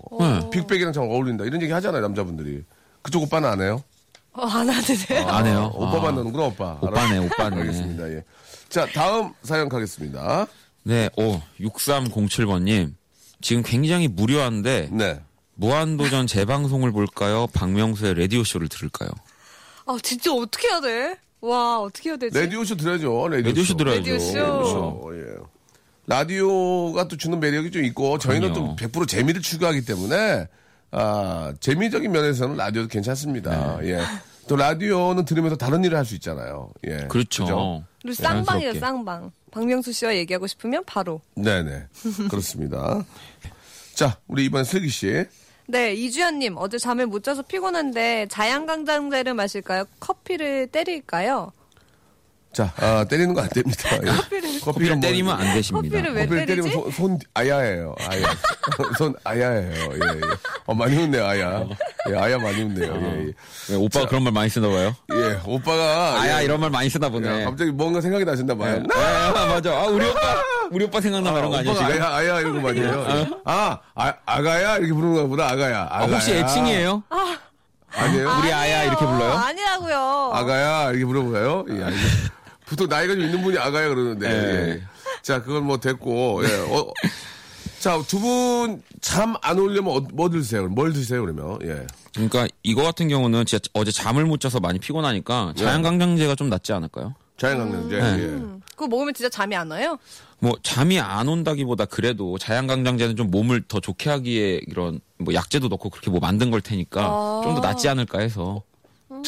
Speaker 2: 빅백이랑 잘 어울린다 이런 얘기 하잖아요 남자분들이. 그쪽 오빠는 안 해요?
Speaker 5: 어, 안 하드세요?
Speaker 4: 안 해요.
Speaker 2: 오빠
Speaker 4: 아.
Speaker 2: 만나는구나 오빠.
Speaker 4: 오빠네,
Speaker 2: 알았-
Speaker 4: 오빠네.
Speaker 2: 알겠습니다. 예. 자 다음 사연 가겠습니다.
Speaker 4: 네, 오, 6307번님. 지금 굉장히 무료한데,
Speaker 2: 네.
Speaker 4: 무한도전 재방송을 볼까요? 박명수의 라디오쇼를 들을까요?
Speaker 5: 아, 진짜 어떻게 해야 돼? 와, 어떻게 해야 되지?
Speaker 2: 라디오쇼 들어야죠. 라디오쇼,
Speaker 4: 라디오쇼 들어야죠.
Speaker 5: 라디오쇼.
Speaker 4: 그렇죠.
Speaker 2: 어, 예. 라디오가 또 주는 매력이 좀 있고 저희는
Speaker 4: 그럼요.
Speaker 2: 또 100% 재미를 추구하기 때문에 아, 재미적인 면에서는 라디오도 괜찮습니다.
Speaker 4: 네.
Speaker 2: 예. 또 라디오는 들으면서 다른 일을 할 수 있잖아요. 예.
Speaker 4: 그렇죠.
Speaker 2: 그죠?
Speaker 5: 그리고 쌍방이에요,
Speaker 4: 자연스럽게.
Speaker 5: 쌍방. 박명수 씨와 얘기하고 싶으면 바로.
Speaker 2: 네네. 그렇습니다. 자, 우리 이번에 슬기 씨.
Speaker 5: 네, 이주연님, 어제 잠을 못 자서 피곤한데 자양강장제를 마실까요? 커피를 때릴까요?
Speaker 2: 자, 아, 때리는 거 안 됩니다. 예. 커피를,
Speaker 4: 커피를
Speaker 2: 뭐-
Speaker 4: 때리면 안 되십니다.
Speaker 5: 커피를 왜
Speaker 2: 커피를
Speaker 5: 때리지?
Speaker 2: 때리면 손, 손 아야예요. 아야. 손 아야예요. 예, 예. 어, 많이 웃네요, 아야. 예, 아야 많이 웃네요. 예, 예.
Speaker 4: 네, 오빠가 그런 말 많이 쓰나 봐요?
Speaker 2: 예, 오빠가
Speaker 4: 아야,
Speaker 2: 예,
Speaker 4: 이런 말 많이 쓰나 보네.
Speaker 2: 야, 갑자기 뭔가 생각이 나신다 봐요.
Speaker 4: 아, 아, 맞아. 아, 우리 오빠, 우리 오빠 생각나 그런 거 아니야,
Speaker 2: 오빠가
Speaker 4: 지금?
Speaker 2: 아야 아야 이런 거 맞아요. 아, 아 아가야 이렇게 부르는 거보다 아가야.
Speaker 4: 아,
Speaker 2: 아가야.
Speaker 4: 혹시 애칭이에요?
Speaker 2: 아니에요.
Speaker 4: 우리 아야 이렇게 불러요? 그-
Speaker 3: 아니라고요.
Speaker 2: 아가야 이렇게 물어볼까요? 예, 알겠습니다. 보통 나이가 좀 있는 분이 아가야 그러는데.
Speaker 4: 예.
Speaker 2: 예. 자, 그건 뭐 됐고. 예. 어, 자, 두 분 잠 안 오려면 어, 뭐 드세요? 뭘 드세요 그러면? 예.
Speaker 4: 그러니까 이거 같은 경우는 진짜 어제 잠을 못 자서 많이 피곤하니까 자양강장제가 좀 낫지 않을까요?
Speaker 2: 자연강냉제.
Speaker 5: 음, 그거 먹으면 진짜 잠이 안 와요?
Speaker 4: 뭐 잠이 안 온다기보다 그래도 자양강장제는 좀 몸을 더 좋게 하기에 이런 뭐 약재도 넣고 그렇게 뭐 만든 걸 테니까 좀 더 낫지 않을까 해서
Speaker 2: 예.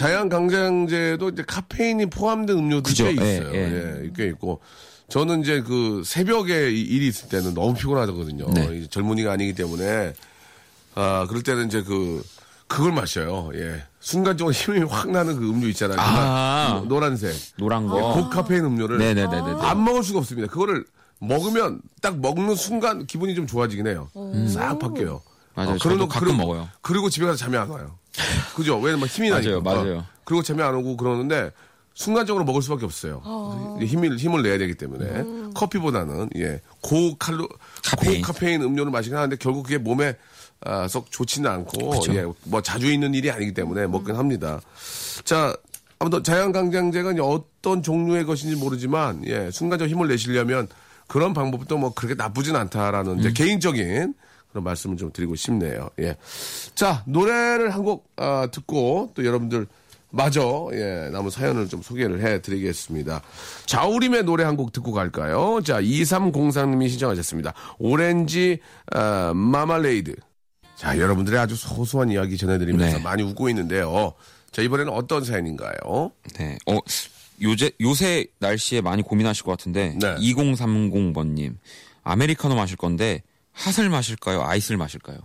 Speaker 2: 자연강장제도 이제 카페인이 포함된 음료들이
Speaker 4: 그죠.
Speaker 2: 꽤
Speaker 4: 예,
Speaker 2: 있어요. 예,
Speaker 4: 예.
Speaker 2: 꽤 있고. 저는 이제 그 새벽에 이- 일이 있을 때는 너무 피곤하거든요.
Speaker 4: 네.
Speaker 2: 이 젊은이가 아니기 때문에 아 그럴 때는 이제 그 그걸 마셔요. 예. 순간적으로 힘이 확 나는 그 음료 있잖아요.
Speaker 4: 아.
Speaker 2: 노- 노란색
Speaker 4: 노란
Speaker 2: 예,
Speaker 4: 거.
Speaker 2: 고카페인 음료를
Speaker 4: 네네네네.
Speaker 2: 안 먹을 수가 없습니다. 그거를 먹으면 딱 먹는 순간 기분이 좀 좋아지긴 해요. 싹 바뀌어요.
Speaker 4: 맞아요. 저도
Speaker 2: 그러고-
Speaker 4: 가끔
Speaker 2: 그리고-
Speaker 4: 먹어요.
Speaker 2: 그리고 집에 가서 잠이 안 와요. 그죠? 왜냐면 힘이 나니까.
Speaker 4: 맞아요, 맞아요.
Speaker 2: 그리고 잠이 안 오고 그러는데 순간적으로 먹을 수밖에 없어요. 이제 힘을 힘을 내야 되기 때문에 커피보다는 예 고칼로
Speaker 4: 카페인.
Speaker 2: 고카페인 음료를 마시긴 하는데 결국 그게 몸에 아, 썩 좋지는 않고
Speaker 4: 그쵸.
Speaker 2: 예, 뭐 자주 있는 일이 아니기 때문에 먹긴 합니다. 자 아무튼 자양강장제가 이제 어떤 종류의 것인지 모르지만 예 순간적 힘을 내시려면 그런 방법도 뭐 그렇게 나쁘진 않다라는 이제 개인적인 그런 말씀을 좀 드리고 싶네요. 예. 자, 노래를 한 곡 아, 듣고 또 여러분들 마저 예, 남은 사연을 좀 소개를 해 드리겠습니다. 자우림의 노래 한 곡 듣고 갈까요? 자, 2303님이 신청하셨습니다. 오렌지 아, 마말레이드. 자, 여러분들의 아주 소소한 이야기 전해드리면서
Speaker 4: 네.
Speaker 2: 많이 웃고 있는데요. 자, 이번에는 어떤 사연인가요?
Speaker 4: 네. 어, 요새, 요새 날씨에 많이 고민하실 것 같은데.
Speaker 2: 네.
Speaker 4: 2030번님. 아메리카노 마실 건데, 핫을 마실까요? 아이스를 마실까요?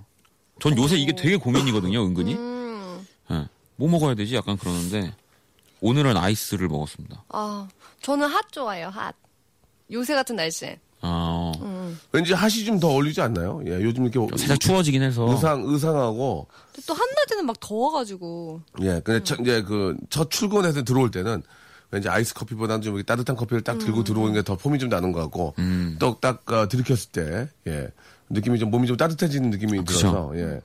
Speaker 4: 전 요새 이게 되게 고민이거든요, 은근히. 예. 뭐 먹어야 되지? 약간 그러는데 오늘은 아이스를 먹었습니다.
Speaker 5: 아, 저는 핫 좋아요, 핫. 요새 같은 날씨엔.
Speaker 4: 아,
Speaker 2: 왠지 핫이 좀 더 어울리지 않나요? 예, 요즘 이렇게
Speaker 4: 살짝 추워지긴 해서
Speaker 2: 의상 의상하고
Speaker 5: 근데 또 한낮에는 막 더워가지고.
Speaker 2: 예, 근데 첫, 이제 그 첫 출근해서 들어올 때는 왠지 아이스 커피보다는 좀 이렇게 따뜻한 커피를 딱 들고 들어오는 게 더 폼이 좀 나는 것 같고 떡딱 어, 들이켰을 때 예, 느낌이 좀 몸이 좀 따뜻해지는 느낌이 들어서 예,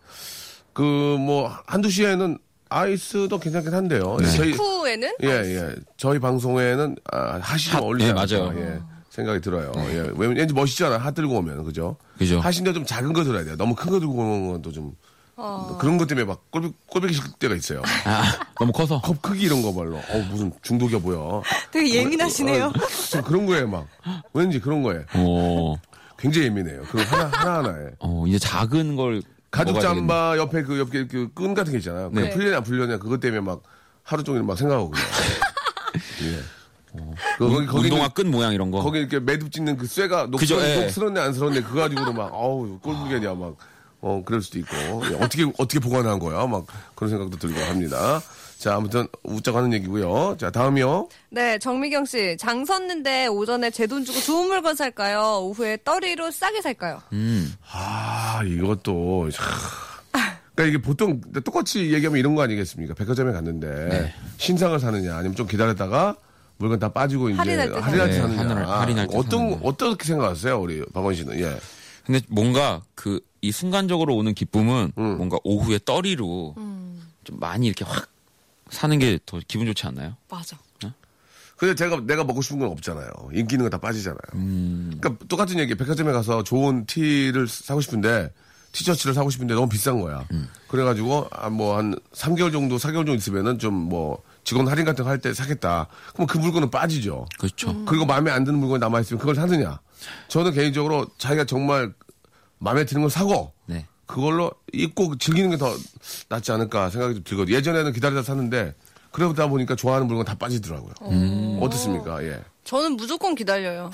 Speaker 2: 그 뭐 한두 시에는 아이스도 괜찮긴 한데요. 예, 저희
Speaker 5: 후에는?
Speaker 2: 예, 예, 저희 방송에는 아, 핫이 좀 어울리지
Speaker 4: 예,
Speaker 2: 않을까,
Speaker 4: 맞아요. 네.
Speaker 2: 예, 생각이 들어요. 예, 왜냐면 왠지 멋있잖아. 핫 들고 오면 그죠?
Speaker 4: 그죠.
Speaker 2: 핫인데 좀 작은 거 들어야 돼요. 너무 큰 거 들고 오는 것도 좀
Speaker 3: 어.
Speaker 2: 그런 것 때문에 막 꼴, 꼴보기 싫을 때가 있어요.
Speaker 4: 아, 너무 커서
Speaker 2: 컵 크기 이런 거 말로. 어 무슨 중독이야 어, 뭐야.
Speaker 3: 되게
Speaker 4: 어,
Speaker 3: 예민하시네요.
Speaker 2: 좀 그런 거에 막 왠지 그런 거에
Speaker 4: 어,
Speaker 2: 굉장히 예민해요. 그 하나 하나 하나에.
Speaker 4: 어, 이제 작은 걸
Speaker 2: 가죽
Speaker 4: 먹어야
Speaker 2: 잠바 옆에 그 옆에 그끈 같은 게 있잖아요. 그게
Speaker 4: 네.
Speaker 2: 풀려냐 안 풀려냐 그것 때문에 막 하루 종일 막 생각하고 그래요. 예. 그, 거기
Speaker 4: 되겠네.
Speaker 2: 거기
Speaker 4: 운동화 끈 모양 이런 거.
Speaker 2: 거기 이렇게 매듭 짓는 그 쇠가 녹,
Speaker 4: 어. 그죠, 예.
Speaker 2: 녹슬었네 안 슬었네 그거 가지고도 막 어우 꼴불견이야 막 어, 그럴 수도 있고 예, 어떻게 어떻게 보관한 거야 막 그런 생각도 들고 합니다. 자 아무튼 웃자고 하는 얘기고요. 자 다음이요.
Speaker 5: 네, 정미경 씨. 장 섰는데 오전에 제 돈 주고 좋은 물건 살까요? 오후에 떨이로 싸게 살까요?
Speaker 2: 음. 아, 이것도. 참. 그러니까 이게 보통 똑같이 얘기하면 이런 거 아니겠습니까? 백화점에 갔는데
Speaker 4: 네.
Speaker 2: 신상을 사느냐 아니면 좀 기다렸다가 물건 다 빠지고 이제
Speaker 5: 할인할 때
Speaker 2: 할인할 때
Speaker 4: 사느냐.
Speaker 2: 사느냐.
Speaker 4: 네, 할인할 때
Speaker 2: 어떤
Speaker 4: 사느냐.
Speaker 2: 어떻게 생각하세요, 우리 박원 씨는? 예.
Speaker 4: 근데 뭔가 그 이 순간적으로 오는 기쁨은
Speaker 2: 음.
Speaker 4: 뭔가 오후에 떨이로 좀 많이 이렇게 확 사는 게 더 기분 좋지 않나요?
Speaker 5: 맞아.
Speaker 2: 근데 제가 내가 먹고 싶은 건 없잖아요. 인기 있는 거 다 빠지잖아요. 그러니까 똑같은 얘기. 백화점에 가서 좋은 티를 사고 싶은데 티셔츠를 사고 싶은데 너무 비싼 거야. 그래가지고 뭐 한 3개월 정도, 4개월 정도 있으면은 좀 뭐 직원 할인 같은 거 할 때 사겠다. 그럼 그 물건은 빠지죠.
Speaker 4: 그렇죠.
Speaker 2: 그리고 마음에 안 드는 물건이 남아있으면 그걸 사느냐. 저는 개인적으로 자기가 정말 마음에 드는 걸 사고
Speaker 4: 네.
Speaker 2: 그걸로 입고 즐기는 게 더 낫지 않을까 생각이 좀 들거든요. 예전에는 기다리다 샀는데 그러다 보니까 좋아하는 물건 다 빠지더라고요. 어떻습니까? 예.
Speaker 5: 저는 무조건 기다려요.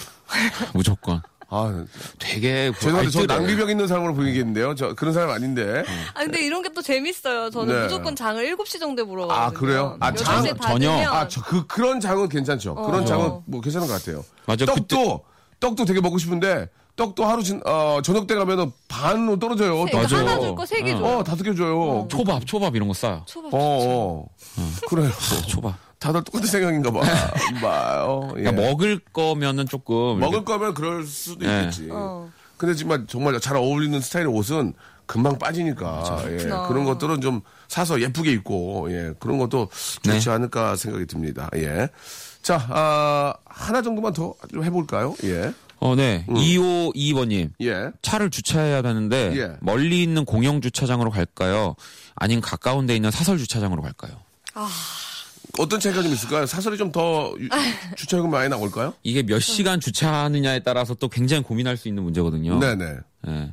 Speaker 4: 무조건.
Speaker 2: 아,
Speaker 4: 되게 그
Speaker 2: 죄송한데 저
Speaker 4: 알뜰해.
Speaker 2: 낭비병 있는 사람으로 보이겠는데요. 저 그런 사람 아닌데.
Speaker 5: 아, 근데 이런 게 또 재밌어요. 저는
Speaker 2: 네.
Speaker 5: 무조건 장을 7시 정도에 물어가요.
Speaker 2: 아, 그래요? 아, 장-
Speaker 4: 전혀.
Speaker 2: 아, 저 그 그런 장은 괜찮죠.
Speaker 5: 어.
Speaker 2: 그런 장은 뭐 괜찮은 것 같아요.
Speaker 4: 맞아요.
Speaker 2: 떡도 떡도 되게 먹고 싶은데 떡도 하루 진, 어, 저녁 때 가면은 반으로 떨어져요.
Speaker 5: 그러니까
Speaker 4: 맞아요.
Speaker 5: 하나 줄 거 세 개 줘.
Speaker 2: 어, 다섯 개 줘요.
Speaker 4: 초밥, 초밥 이런 거 싸요.
Speaker 5: 초밥
Speaker 2: 어, 어.
Speaker 5: 음.
Speaker 2: 그래요.
Speaker 4: 초밥.
Speaker 2: 다들 똑같은 생각인가 봐. 봐요. 예.
Speaker 4: 그러니까 아, 먹을 거면은 조금
Speaker 2: 먹을 거면 그럴 수도
Speaker 4: 뭐 네.
Speaker 2: 있겠지.
Speaker 5: 어.
Speaker 2: 근데 정말 정말 잘 어울리는 스타일의 옷은 금방 빠지니까 예, 그런 것들은 좀 사서 예쁘게 입고 예, 그런 것도
Speaker 4: 네.
Speaker 2: 좋지 않을까 생각이 듭니다. 예. 자 아, 하나 정도만 더 좀 해볼까요? 예.
Speaker 4: 어, 네. 2522번님.
Speaker 2: 예.
Speaker 4: 차를 주차해야 되는데
Speaker 2: 예.
Speaker 4: 멀리 있는 공영 주차장으로 갈까요? 아니면 가까운 데 있는 사설 주차장으로 갈까요?
Speaker 2: 어떤 차이가 좀 있을까요? 사설이 좀 더 주차요금 많이 나올까요?
Speaker 4: 이게 몇 시간 주차하느냐에 따라서 또 굉장히 고민할 수 있는 문제거든요.
Speaker 2: 네네.
Speaker 4: 예.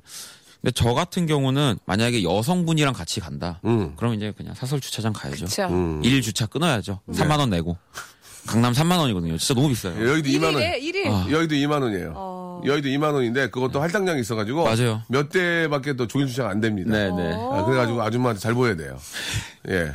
Speaker 4: 근데 저 같은 경우는 만약에 여성분이랑 같이 간다.
Speaker 2: 음.
Speaker 4: 그럼 이제 그냥 사설 주차장 가야죠.
Speaker 5: 그쵸.
Speaker 4: 일 주차 끊어야죠.
Speaker 2: 네.
Speaker 4: 3만 원 내고. 강남 3만 원이거든요. 진짜 너무 비싸요.
Speaker 2: 여기도 2만 원.
Speaker 5: 1일에 1일.
Speaker 2: 여의도 2만 원이에요.
Speaker 5: 어.
Speaker 2: 여의도 2만 원인데 그것도 할당량이 있어가지고
Speaker 4: 네. 맞아요.
Speaker 2: 몇 대밖에 또 종일 주차가 안 됩니다.
Speaker 4: 네, 네.
Speaker 5: 어.
Speaker 2: 아, 그래가지고 아줌마한테 잘 보여야 돼요. 예.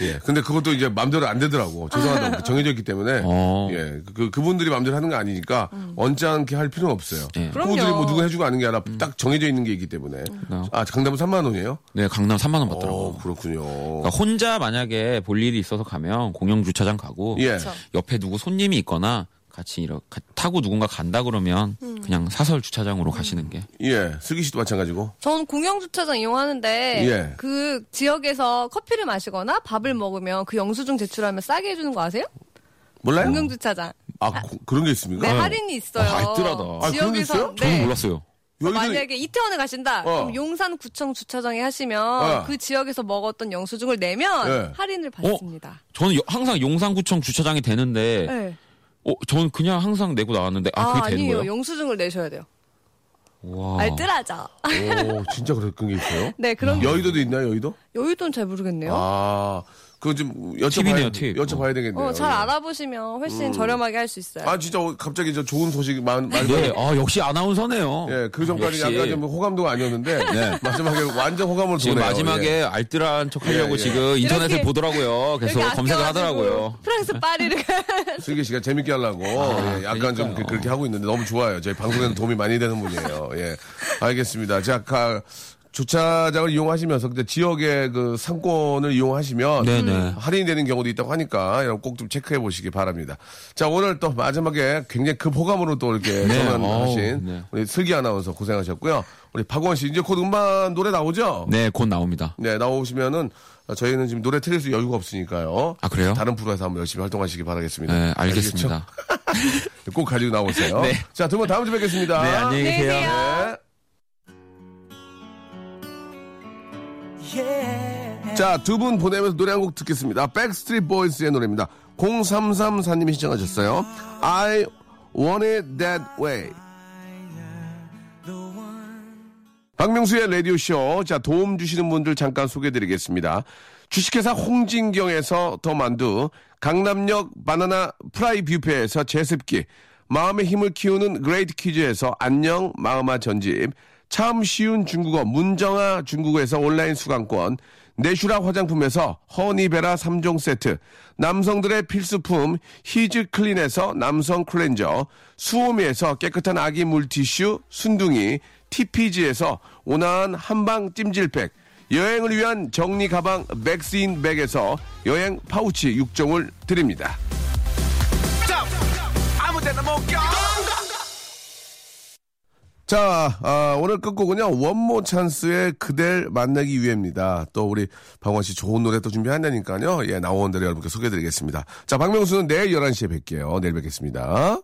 Speaker 2: 예. 근데 그것도 이제 맘대로 안 되더라고. 죄송하다고 정해져 있기 때문에.
Speaker 4: 어.
Speaker 2: 예. 그, 그분들이 맘대로 하는 거 아니니까 언짢게 할 필요는 없어요.
Speaker 4: 예.
Speaker 2: 그분들이 뭐 누구 해주고 아는 게 아니라 딱 정해져 있는 게 있기 때문에. 아, 강남은 3만 원이에요?
Speaker 4: 네, 강남 3만 원
Speaker 2: 어,
Speaker 4: 받더라고.
Speaker 2: 그렇군요.
Speaker 4: 그러니까 혼자 만약에 볼 일이 있어서 가면 공영 주차장 가고
Speaker 2: 예.
Speaker 4: 옆에 누구 손님이 있거나 같이 이렇게 가- 타고 누군가 간다 그러면
Speaker 5: 음.
Speaker 4: 그냥 사설 주차장으로 가시는
Speaker 5: 네.
Speaker 4: 게
Speaker 2: 예. 슬기 씨도 마찬가지고.
Speaker 5: 전 공영주차장 이용하는데
Speaker 2: 예.
Speaker 5: 그 지역에서 커피를 마시거나 밥을 먹으면 그 영수증 제출하면 싸게 해주는 거 아세요?
Speaker 2: 어. 몰라요?
Speaker 5: 공영주차장.
Speaker 2: 아, 고- 그런 게 있습니까?
Speaker 5: 네, 할인이 있어요.
Speaker 4: 아, 있더라도.
Speaker 2: 아, 그런 게 있어요?
Speaker 5: 지역에서
Speaker 4: 저는
Speaker 5: 네.
Speaker 4: 몰랐어요.
Speaker 2: 여기도
Speaker 5: 만약에 이태원에 가신다.
Speaker 2: 어.
Speaker 5: 그럼 용산구청 주차장에 하시면
Speaker 2: 어.
Speaker 5: 그 지역에서 먹었던 영수증을 내면
Speaker 2: 예.
Speaker 5: 할인을
Speaker 4: 어?
Speaker 5: 받습니다.
Speaker 4: 저는 여- 항상 용산구청 주차장이 되는데
Speaker 5: 네.
Speaker 4: 어, 저는 그냥 항상 내고 나왔는데 아,
Speaker 5: 아,
Speaker 4: 그게 되는
Speaker 5: 아니에요.
Speaker 4: 거예요? 아.
Speaker 5: 영수증을 내셔야 돼요.
Speaker 4: 와.
Speaker 5: 알뜰하죠. 아,
Speaker 2: 오, 진짜 그런 게 있어요?
Speaker 5: 네, 그런 게
Speaker 4: 음.
Speaker 2: 여의도도 있나요, 여의도?
Speaker 3: 어?
Speaker 5: 여의도는 잘 모르겠네요. 어,
Speaker 2: 아, 그거 좀 여쭤봐야,
Speaker 4: 팁이네요, 음. 팁.
Speaker 2: 여쭤봐야 되겠네요.
Speaker 5: 어, 잘
Speaker 2: 예.
Speaker 5: 알아보시면 훨씬 저렴하게 할 수 있어요.
Speaker 2: 아, 진짜 어, 갑자기 저 좋은 소식 말, 말,
Speaker 4: 네, 아, 역시 아나운서네요.
Speaker 2: 예, 그 전까지
Speaker 4: 역시. 네.
Speaker 2: 약간 좀 호감도가 아니었는데 마지막에 완전 호감을
Speaker 4: 지금
Speaker 2: 보네요.
Speaker 4: 마지막에 알뜰한 척 하려고
Speaker 2: 예, 예.
Speaker 4: 지금 인터넷을
Speaker 5: 이렇게-
Speaker 4: 보더라고요. 계속
Speaker 5: 이렇게
Speaker 4: 검색을
Speaker 5: 아껴가지고
Speaker 4: 하더라고요.
Speaker 5: 프랑스 파리를
Speaker 2: 예. 슬기 씨가 재밌게 하려고
Speaker 4: 아,
Speaker 2: 예, 약간 좀 그- 그렇게 하고 있는데 너무 좋아요. 저희 방송에는 도움이 많이 되는 분이에요. 예, 알겠습니다. 자, 가, 주차장을 이용하시면서 근데 지역의 그 상권을 이용하시면
Speaker 4: 네네.
Speaker 2: 할인되는 경우도 있다고 하니까 여러분 꼭 좀 체크해 보시기 바랍니다. 자, 오늘 또 마지막에 굉장히 그 급호감으로 또 이렇게
Speaker 4: 네,
Speaker 2: 전환하신
Speaker 4: 어우, 네.
Speaker 2: 우리 슬기 아나운서 고생하셨고요. 우리 박원 씨 이제 곧 음반 노래 나오죠?
Speaker 4: 네, 곧 나옵니다.
Speaker 2: 네, 나오시면은 저희는 지금 노래 틀릴 수 여유가 없으니까요.
Speaker 4: 아, 그래요?
Speaker 2: 다른 프로에서 한번 열심히 활동하시기 바라겠습니다.
Speaker 4: 네, 알겠습니다.
Speaker 2: 알겠죠? 꼭 가지고 나오세요.
Speaker 4: 네.
Speaker 2: 자, 두 분 다음 주에 뵙겠습니다.
Speaker 4: 네, 안녕히 계세요.
Speaker 2: 네.
Speaker 1: Yeah.
Speaker 2: 자, 두 분 보내면서 노래 한 곡 듣겠습니다. 백스트리트 보이스의 노래입니다. 0334님이 시청하셨어요. I want it that way. 박명수의 라디오쇼. 자, 도움 주시는 분들 잠깐 소개해드리겠습니다. 주식회사 홍진경에서 더 만두, 강남역 바나나 프라이 뷔페에서 제습기, 마음의 힘을 키우는 그레이트 퀴즈에서 안녕 마음아 전집, 참 쉬운 중국어 문정아 중국어에서 온라인 수강권, 내슈라 화장품에서 허니베라 3종 세트, 남성들의 필수품 히즈 클린에서 남성 클렌저, 수오미에서 깨끗한 아기 물티슈, 순둥이, TPG에서 온화한 한방 찜질팩, 여행을 위한 정리 가방 맥스인 백에서 여행 파우치 6종을 드립니다.
Speaker 1: Stop. I'm a dead monkey.
Speaker 2: 자, 아, 오늘 끝곡은요, 원모 찬스의 그댈 만나기 위해입니다. 또 우리 박원 씨 좋은 노래 또 준비한다니까요. 예, 나온 대로 여러분께 소개해드리겠습니다. 자, 박명수는 내일 11시에 뵐게요. 내일 뵙겠습니다.